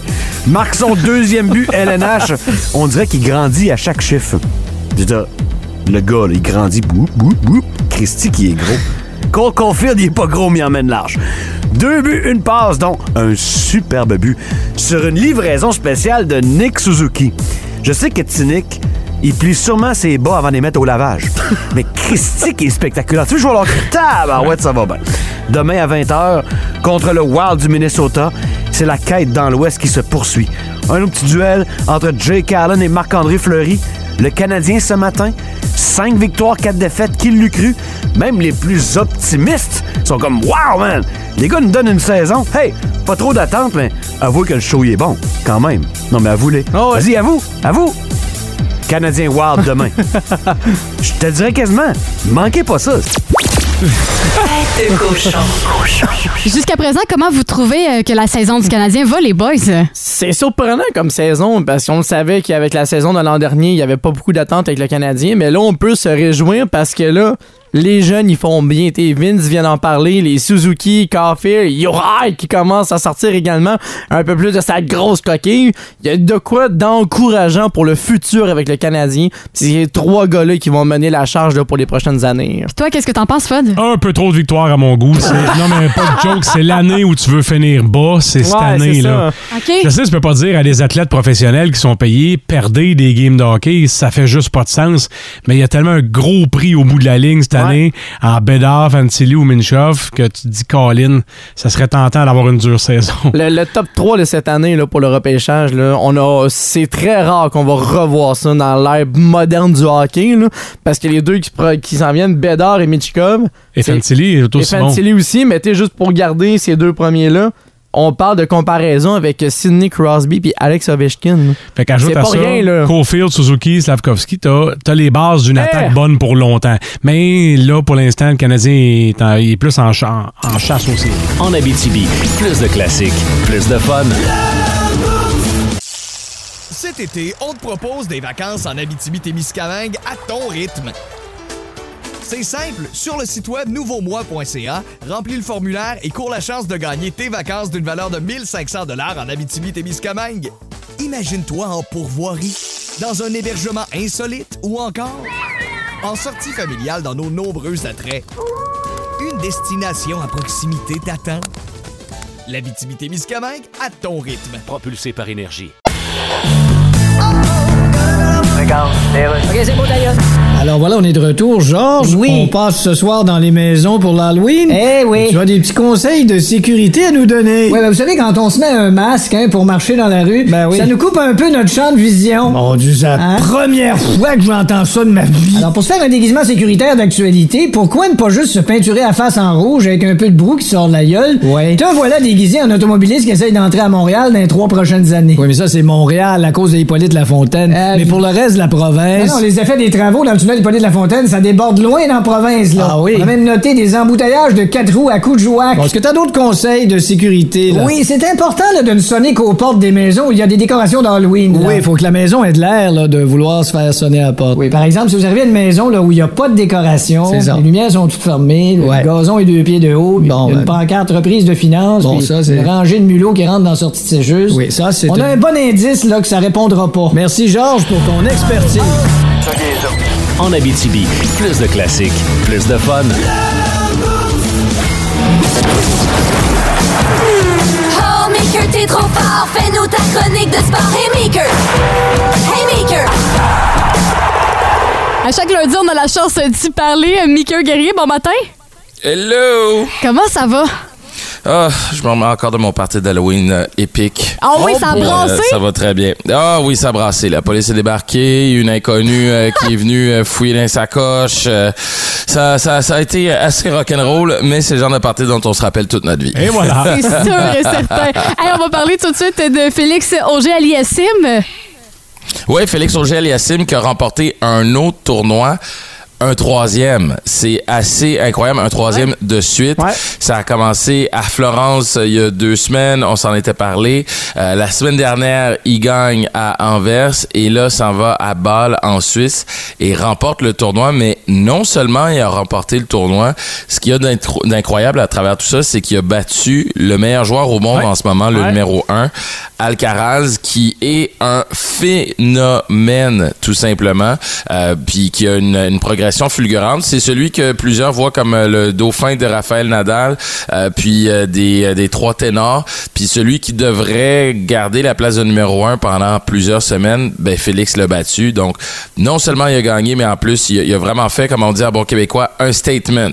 marque son deuxième but LNH. On dirait qu'il grandit à chaque chiffre. Je veux dire, le gars, là, il grandit. Boup, boup, boup. Christy qui est gros. Cole Caulfield, il est pas gros, mais il emmène large. Deux buts, une passe, donc un superbe but sur une livraison spéciale de Nick Suzuki. Je sais que Nick, il plie sûrement ses bas avant de les mettre au lavage. Mais Christy qui est spectaculaire. Tu veux jouer à leur tabarouette, ça va bien. Demain à 20h, contre le Wild du Minnesota, c'est la quête dans l'Ouest qui se poursuit. Un autre petit duel entre Jake Allen et Marc-André Fleury. Le Canadien ce matin, 5 victoires, 4 défaites, qui l'eût cru? Même les plus optimistes sont comme Wow, man! Les gars nous donnent une saison. Hey, pas trop d'attente, mais avouez que le show il est bon, quand même. Non, mais avouez-le. Vas-y, avoue, avoue! Canadien Wild demain. Je te dirais quasiment, manquez pas ça. Tête de cochon. Jusqu'à présent, comment vous trouvez euh, que la saison du Canadien va, les boys? C'est surprenant comme saison, parce qu'on le savait qu'avec la saison de l'an dernier, il n'y avait pas beaucoup d'attentes avec le Canadien, mais là, on peut se réjouir parce que là, les jeunes, ils font bien. T'sais, Vince vient d'en parler, les Suzuki, Caulfield, Yorai qui commencent à sortir également un peu plus de sa grosse coquille. Il y a de quoi d'encourageant pour le futur avec le Canadien. C'est trois gars-là qui vont mener la charge là, pour les prochaines années. Toi, qu'est-ce que t'en penses, Fod? Un peu trop de victoires à mon goût. C'est- Non, mais pas de joke. C'est l'année où tu veux finir bas. C'est cette Ouais, c'est année-là. ça. OK. Je sais, tu peux pas dire à des athlètes professionnels qui sont payés, perdez des games de hockey, ça fait juste pas de sens. Mais il y a tellement un gros prix au bout de la ligne cette année, en Bédard, Fantilli ou Minchov, que tu te dis, Colin, ça serait tentant d'avoir une dure saison. Le, le top 3 de cette année là, pour le repêchage, là, on a, c'est très rare qu'on va revoir ça dans l'ère moderne du hockey. là, parce que les deux qui, se pro- qui s'en viennent, Bédard et Michikov. Et c'est- Fantilli est Et aussi bon. Fantilli aussi, mais tu sais, juste pour garder ces deux premiers-là, on parle de comparaison avec Sidney Crosby puis Alex Ovechkin. Fait qu'ajoute C'est à pas ça, rien, là. Eh. Caulfield, Suzuki, Slavkovski, t'as as les bases d'une attaque bonne pour longtemps. Mais là, pour l'instant, le Canadien est, en- il est plus en, cha- en chasse aussi. En Abitibi, plus de classiques, plus de fun. Cet été, on te propose des vacances en Abitibi-Témiscamingue à ton rythme. C'est simple, sur le site web nouveaumois.ca, remplis le formulaire et cours la chance de gagner tes vacances d'une valeur de 1500 dollars en Abitibi-Témiscamingue. Imagine-toi en pourvoirie, dans un hébergement insolite ou encore en sortie familiale dans nos nombreux attraits. Une destination à proximité t'attend. L'Abitibi-Témiscamingue à ton rythme. Propulsé par énergie. Alors voilà, on est de retour, Georges. Oui. On passe ce soir dans les maisons pour l'Halloween. Eh oui. Tu as des petits conseils de sécurité à nous donner. Ouais, ben, vous savez, quand on se met un masque hein, pour marcher dans la rue, Ben oui. ça nous coupe un peu notre champ de vision. Mon Dieu, c'est la Hein? première fois que j'entends ça de ma vie. Alors, pour se faire un déguisement sécuritaire d'actualité, pourquoi ne pas juste se peinturer à face en rouge avec un peu de brou qui sort de la gueule? Ouais. Te voilà déguisé en automobiliste qui essaye d'entrer à Montréal dans les trois prochaines années. Euh, Oui, mais ça, c'est Montréal à cause de Hippolyte Lafontaine. mais pour le reste de la province. Non, non, les effets des travaux dans le tunnel Hippolyte La Fontaine, ça déborde loin dans la province, là. Ah oui. On a même noté des embouteillages de quatre roues à coups de jouac. Bon, Est-ce que t'as d'autres conseils de sécurité, là? Oui, c'est important là, de ne sonner qu'aux portes des maisons où il y a des décorations d'Halloween. là. Oui, faut que la maison ait de l'air, là, de vouloir se faire sonner à la porte. Oui, par exemple, si vous arrivez à une maison là, où il n'y a pas de décoration, C'est ça. les lumières sont toutes fermées, le gazon est deux pieds de haut, puis il y a une pancarte reprise de finances, ben. Bon, puis ça, c'est- une rangée de mulots qui rentre dans la sortie de sécheuse. Oui, ça, c'est On a une- un bon indice là, que ça répondra pas. Merci, Georges, pour ton expertise. En Abitibi, plus de classiques, plus de fun. Oh, Maker, t'es trop fort. Fais-nous ta chronique de sport. Hey, Maker. Hey, Maker. À chaque lundi, on a la chance d'y parler. Euh, Mickey Guerrier, bon matin. Hello! Comment ça va? Ah, je me remets encore de mon party d'Halloween euh, épique. Ah oui, ça a Euh, brassé? ça va très bien. Ah oui, ça a brassé. La police est débarquée, une inconnue euh, qui est venue euh, fouiller dans les sacoches. euh, ça, ça, ça a été assez rock'n'roll, mais c'est le genre de party dont on se rappelle toute notre vie. Et C'est sûr et certain. Hey, on va parler tout de suite de Félix Auger aliassime Oui, Félix Auger Yassim qui a remporté un autre tournoi. Un troisième, c'est assez incroyable, un troisième de suite. Ça a commencé à Florence euh, il y a deux semaines, on s'en était parlé. Euh, la semaine dernière, il gagne à Anvers et là, s'en va à Bâle en Suisse et remporte le tournoi. Mais non seulement il a remporté le tournoi, ce qu'il y a d'intro- d'incroyable à travers tout ça, c'est qu'il a battu le meilleur joueur au monde en ce moment, le numéro un, Alcaraz, qui est un phénomène, tout simplement, euh, puis qui a une, une progression fulgurante. C'est celui que plusieurs voient comme euh, le dauphin de Raphaël Nadal, euh, puis euh, des, euh, des trois ténors, puis celui qui devrait garder la place de numéro un pendant plusieurs semaines, ben Félix l'a battu. Donc, non seulement il a gagné, mais en plus, il a, il a vraiment fait, comme on dit en bon québécois, un statement.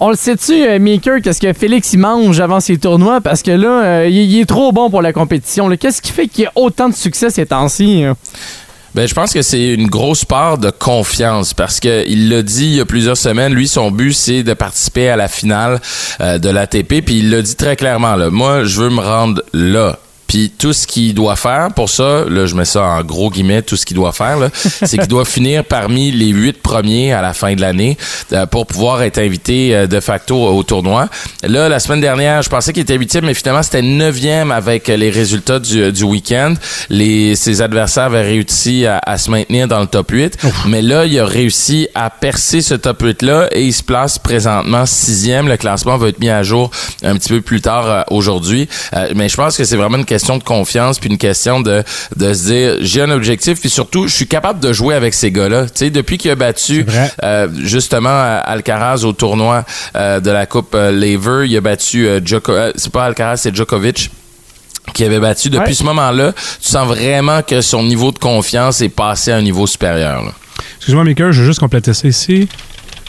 On le sait-tu, euh, Maker, qu'est-ce que Félix il mange avant ses tournois? Parce que là, euh, il il est trop bon pour la compétition. là. Qu'est-ce qui fait qu'il y a autant de succès ces temps-ci? hein? Ben, je pense que c'est une grosse part de confiance parce que il l'a dit il y a plusieurs semaines. Lui, son but, c'est de participer à la finale euh, de l'ATP. Puis il l'a dit très clairement. Là, moi, je veux me rendre là. Puis tout ce qu'il doit faire pour ça, là, je mets ça en gros guillemets, tout ce qu'il doit faire, là, c'est qu'il doit finir parmi les huit premiers à la fin de l'année euh, pour pouvoir être invité euh, de facto au tournoi. Là, la semaine dernière, je pensais qu'il était huitième, mais finalement, c'était neuvième avec euh, les résultats du, du week-end. Les, ses adversaires avaient réussi à, à se maintenir dans le top 8. Mais là, il a réussi à percer ce top 8-là et il se place présentement sixième. Le classement va être mis à jour un petit peu plus tard euh, aujourd'hui. Euh, mais je pense que c'est vraiment une question de confiance puis une question de, de se dire, j'ai un objectif puis surtout, je suis capable de jouer avec ces gars-là. Tu sais, depuis qu'il a battu euh, justement à Alcaraz au tournoi euh, de la Coupe euh, Lever, il a battu euh, Djoko- euh, c'est pas Alcaraz, c'est Djokovic qui avait battu. Depuis ce moment-là, tu sens vraiment que son niveau de confiance est passé à un niveau supérieur. là. Excuse-moi, Maker, je vais juste compléter ça ici.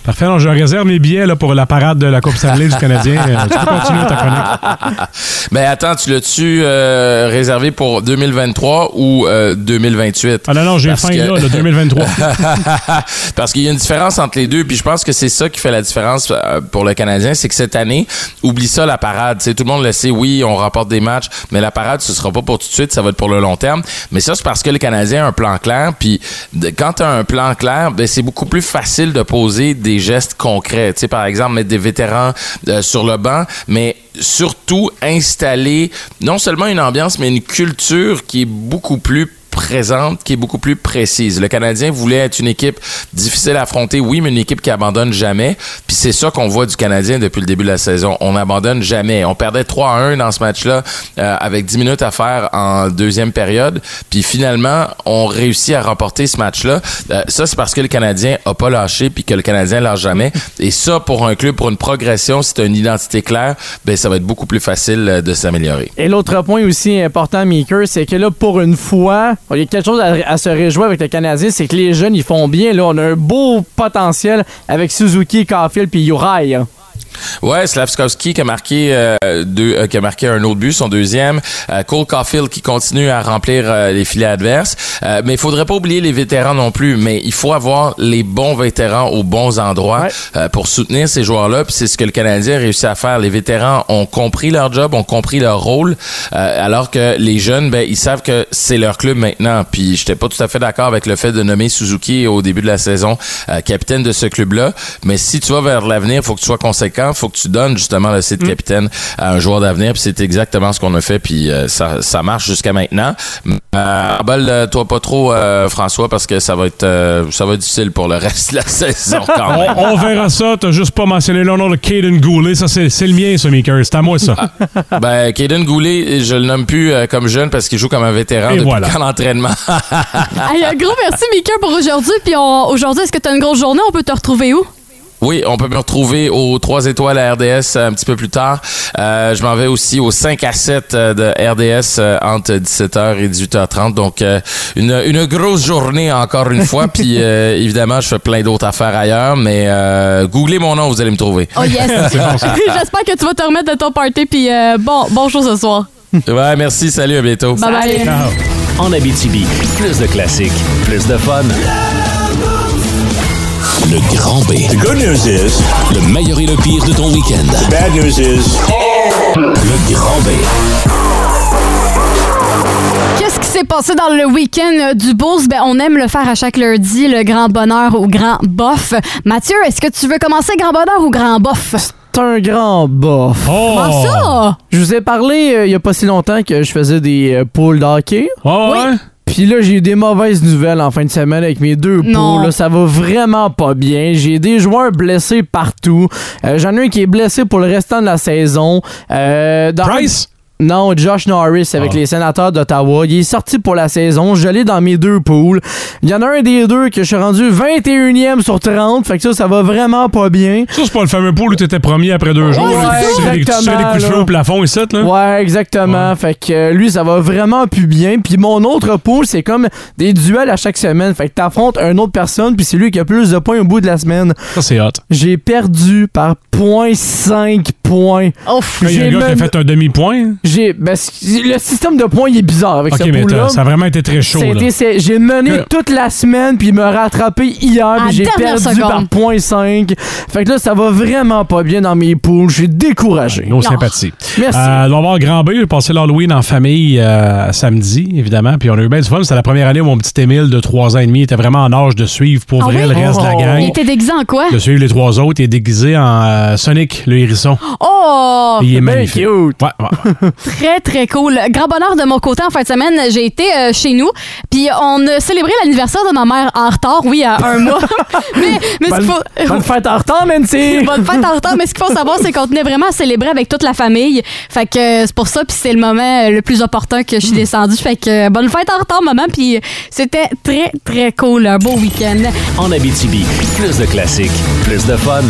Parfait. Donc, je réserve mes billets là, pour la parade de la Coupe Stanley du Canadien. Euh, tu peux continuer ta chronique. Ben attends, tu l'as-tu euh, réservé pour 2023 ou euh, 2028? Ah non, non, j'ai Parce faim que- là, le 2023. Parce qu'il y a une différence entre les deux, puis je pense que c'est ça qui fait la différence euh, pour le Canadien, c'est que cette année, oublie ça la parade. Tu sais, tout le monde le sait, oui, on remporte des matchs, mais la parade, ce sera pas pour tout de suite, ça va être pour le long terme. Mais ça, c'est parce que le Canadien a un plan clair, puis de- quand tu as un plan clair, ben, c'est beaucoup plus facile de poser des gestes concrets. Tu sais, par exemple, mettre des vétérans euh, sur le banc, mais surtout installer non seulement une ambiance, mais une culture qui est beaucoup plus présente, qui est beaucoup plus précise. Le Canadien voulait être une équipe difficile à affronter, oui, mais une équipe qui abandonne jamais. Puis c'est ça qu'on voit du Canadien depuis le début de la saison. On abandonne jamais. On perdait 3-1 dans ce match-là euh, avec 10 minutes à faire en deuxième période. Puis finalement, on réussit à remporter ce match-là. Euh, ça, c'est parce que le Canadien a pas lâché puis que le Canadien lâche jamais. Et ça, pour un club, pour une progression, si t'as une identité claire, ben ça va être beaucoup plus facile euh, de s'améliorer. Et l'autre point aussi important, Meeker, c'est que là, pour une fois, il y a quelque chose à, à se réjouir avec le Canadien, c'est que les jeunes, ils font bien. Là, on a un beau potentiel avec Suzuki, Caulfield puis Uri. Ouais, Slavkovski qui a marqué euh, deux, euh, qui a marqué un autre but, son deuxième. Euh, Cole Caulfield qui continue à remplir euh, les filets adverses. Euh, mais il faudrait pas oublier les vétérans non plus. Mais il faut avoir les bons vétérans aux bons endroits euh, pour soutenir ces joueurs-là. Puis c'est ce que le Canadien a réussi à faire. Les vétérans ont compris leur job, ont compris leur rôle, euh, alors que les jeunes, ben ils savent que c'est leur club maintenant. Puis j'étais pas tout à fait d'accord avec le fait de nommer Suzuki au début de la saison euh, capitaine de ce club-là. Mais si tu vas vers l'avenir, faut que tu sois conséquent, faut que tu donnes justement le Mm. site capitaine à un joueur d'avenir. Puis c'est exactement ce qu'on a fait. Puis euh, ça, ça marche jusqu'à maintenant. Euh, emballe toi pas trop, euh, François, parce que ça va être euh, ça va être difficile pour le reste de la saison quand même. on, on verra ça. T'as juste pas mentionné le nom de Caden Goulet. Ça, c'est c'est le mien, ça, Maker. C'est à moi, ça. Ben, Caden Goulet, je le nomme plus euh, comme jeune parce qu'il joue comme un vétéran Et depuis voilà. qu'en entraînement. Ah. Hey, un gros merci, Mika, pour aujourd'hui. Puis on- aujourd'hui, est-ce que tu as une grosse journée? On peut te retrouver où? Oui, on peut me retrouver aux 3 étoiles à RDS un petit peu plus tard. Euh, je m'en vais aussi au 5 à 7 euh, de RDS euh, entre 17h et 18h30. Donc, euh, une, une grosse journée encore une fois. Puis, euh, évidemment, je fais plein d'autres affaires ailleurs. Mais euh, googlez mon nom, vous allez me trouver. Oh yes! J'espère que tu vas te remettre de ton party. Puis euh, bon, bon show ce soir. ouais, merci, salut, à bientôt. Bye bye. Ciao. En Abitibi, plus de classiques, plus de fun. Le grand B. The good news is. Le meilleur et le pire de ton week-end. The bad news is. Le grand B. Qu'est-ce qui s'est passé dans le week-end euh, du Beauce? Ben, on aime le faire à chaque lundi, le grand bonheur ou grand bof. Mathieu, est-ce que tu veux commencer grand bonheur ou grand bof? C'est un grand bof. Oh. Comment ça? Je vous ai parlé euh, il y a pas si longtemps que je faisais des euh, poules d'hockey. Ah Puis là, j'ai eu des mauvaises nouvelles en fin de semaine avec mes deux Non. poules. là. ça va vraiment pas bien. J'ai des joueurs blessés partout. Euh, J'en ai un qui est blessé pour le restant de la saison. Euh, dans- Non, Josh Norris avec Ah. les sénateurs d'Ottawa. Il est sorti pour la saison. Je l'ai dans mes deux poules. Il y en a un des deux que je suis rendu 21e sur 30. Fait que ça, ça va vraiment pas bien. Ça, c'est pas le fameux pool où t'étais premier après deux jours. Ouais, là. Tu fais des- tu fais des exactement, coups de feu là. au plafond et ça. là. Ouais, exactement. Fait que euh, lui, ça va vraiment plus bien. Puis mon autre pool, c'est comme des duels à chaque semaine. Fait que t'affrontes une autre personne, puis c'est lui qui a plus de points au bout de la semaine. Ça, c'est hot. J'ai perdu par 0.5 points. Il y a J'ai un gars qui a même- fait un demi-point. j'ai ben, c- le système de points il est bizarre avec Ok, ce mais pool là. t'as- ça a vraiment été très chaud, Ça a là. été- c'est- J'ai mené Que- toute la semaine puis il m'a rattrapé hier À puis j'ai dernière perdu seconde. par 0.5. Fait que là ça va vraiment pas bien dans mes poules, je suis découragé. Nos sympathies. Merci. Euh, on va voir Grand B. J'ai passé l'Halloween en famille euh, samedi, évidemment. Puis on a eu bien du fun. C'était la première année où mon petit Émile de 3 ans et demi était vraiment en âge de suivre pour Ah vrai oui? le reste de la gang. Il était déguisé en quoi? De suivre les trois autres. Il est déguisé en euh, Sonic, le hérisson. Oh! il est magnifique. Ouais, ouais. Très, très cool. Grand bonheur de mon côté, en fin de semaine, j'ai été euh, chez nous, puis on a célébré l'anniversaire de ma mère en retard, oui, à un mois. mais mais ce qu'il faut... Bonne fête en retard, Nancy! Bonne fête en retard, mais ce qu'il faut savoir, c'est qu'on tenait vraiment à célébrer avec toute la famille. Fait que euh, c'est pour ça, puis c'est le moment euh, le plus opportun que je suis descendue. Fait que euh, bonne fête en retard, maman, puis c'était très, très cool. Un beau week-end. En Abitibi, plus de classiques, plus de fun.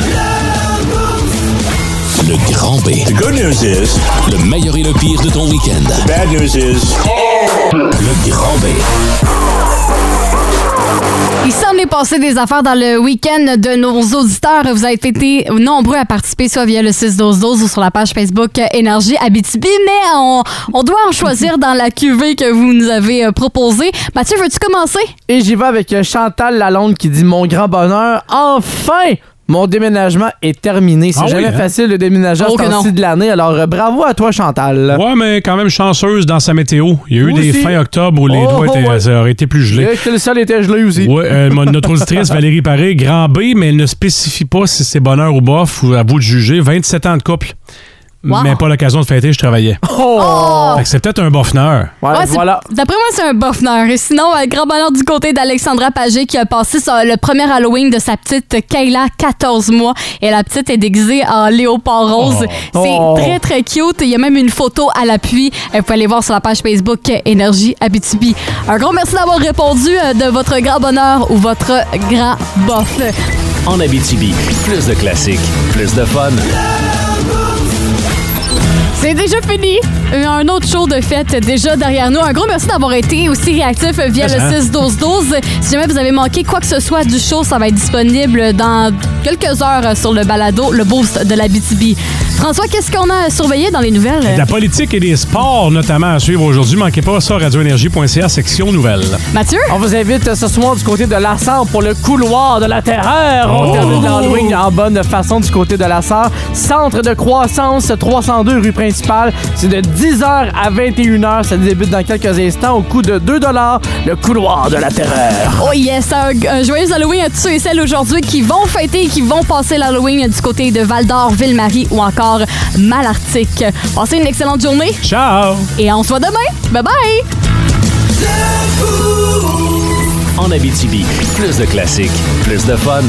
Le grand B. The good news is. Le meilleur et le pire de ton week-end. The bad news is. Le grand B. Il semble y passer des affaires dans le week-end de nos auditeurs. Vous avez été nombreux à participer, soit via le 6-12-12 ou sur la page Facebook Énergie Abitibi, mais on, on doit en choisir dans la cuvée que vous nous avez euh, proposée. Mathieu, veux-tu commencer? Et j'y vais avec euh, Chantal Lalonde qui dit Mon grand bonheur, enfin! Mon déménagement est terminé. C'est Ah oui, jamais hein? facile le déménager à Oh ce que temps-ci non. de l'année. Alors euh, bravo à toi, Chantal. Ouais, mais quand même chanceuse dans sa météo. Il y a eu des Aussi. fins octobre où les Oh, doigts étaient, ouais. ça aurait été plus gelés. Et que le sol était gelé aussi. Ouais, euh, mon- notre auditrice Valérie Paré, grand B, mais elle ne spécifie pas si c'est bonheur ou bof, ou à vous de juger. 27 ans de couple. Wow. Oh. Mais pas l'occasion de fêter, je travaillais. Fait que c'est peut-être un bofneur. Ouais, c'est- D'après moi, c'est un bofneur. Et sinon, euh, grand bonheur du côté d'Alexandra Pagé qui a passé son- le premier Halloween de sa petite Kayla, 14 mois. Et la petite est déguisée en léopard rose. Oh. C'est Oh. très, très cute. Il y a même une photo à l'appui. Euh, Vous pouvez aller voir sur la page Facebook euh, Énergie Abitibi. Un grand merci d'avoir répondu euh, de votre grand bonheur ou votre grand bof. En Abitibi, plus de classiques, plus de fun. C'est déjà fini. Euh, Un autre show de fête déjà derrière nous. Un gros merci d'avoir été aussi réactif via Yes, hein? le 6-12-12. Si jamais vous avez manqué quoi que ce soit du show, ça va être disponible dans quelques heures sur le balado, le boost de la BTB. François, qu'est-ce qu'on a surveillé dans les De nouvelles? la politique et des sports, notamment, à suivre aujourd'hui. Manquez pas ça, radioénergie.ca, section nouvelles. Mathieu? On vous invite euh, ce soir du côté de la Sarre pour le couloir de la terreur. On Oh. termine l'Halloween en bonne façon du côté de la Sarre. Centre de croissance, 302 rue principale. C'est de 10h à 21h. Ça débute dans quelques instants au coût de 2 Le couloir de la terreur. Oh yes, un, un joyeux Halloween à tous ceux et celles aujourd'hui qui vont fêter et qui vont passer l'Halloween du côté de Val-d'Or, Ville-Marie ou encore Malartic. Passez une excellente journée. Ciao! Et on se voit demain. Bye-bye! En Abitibi, plus de classiques, plus de fun.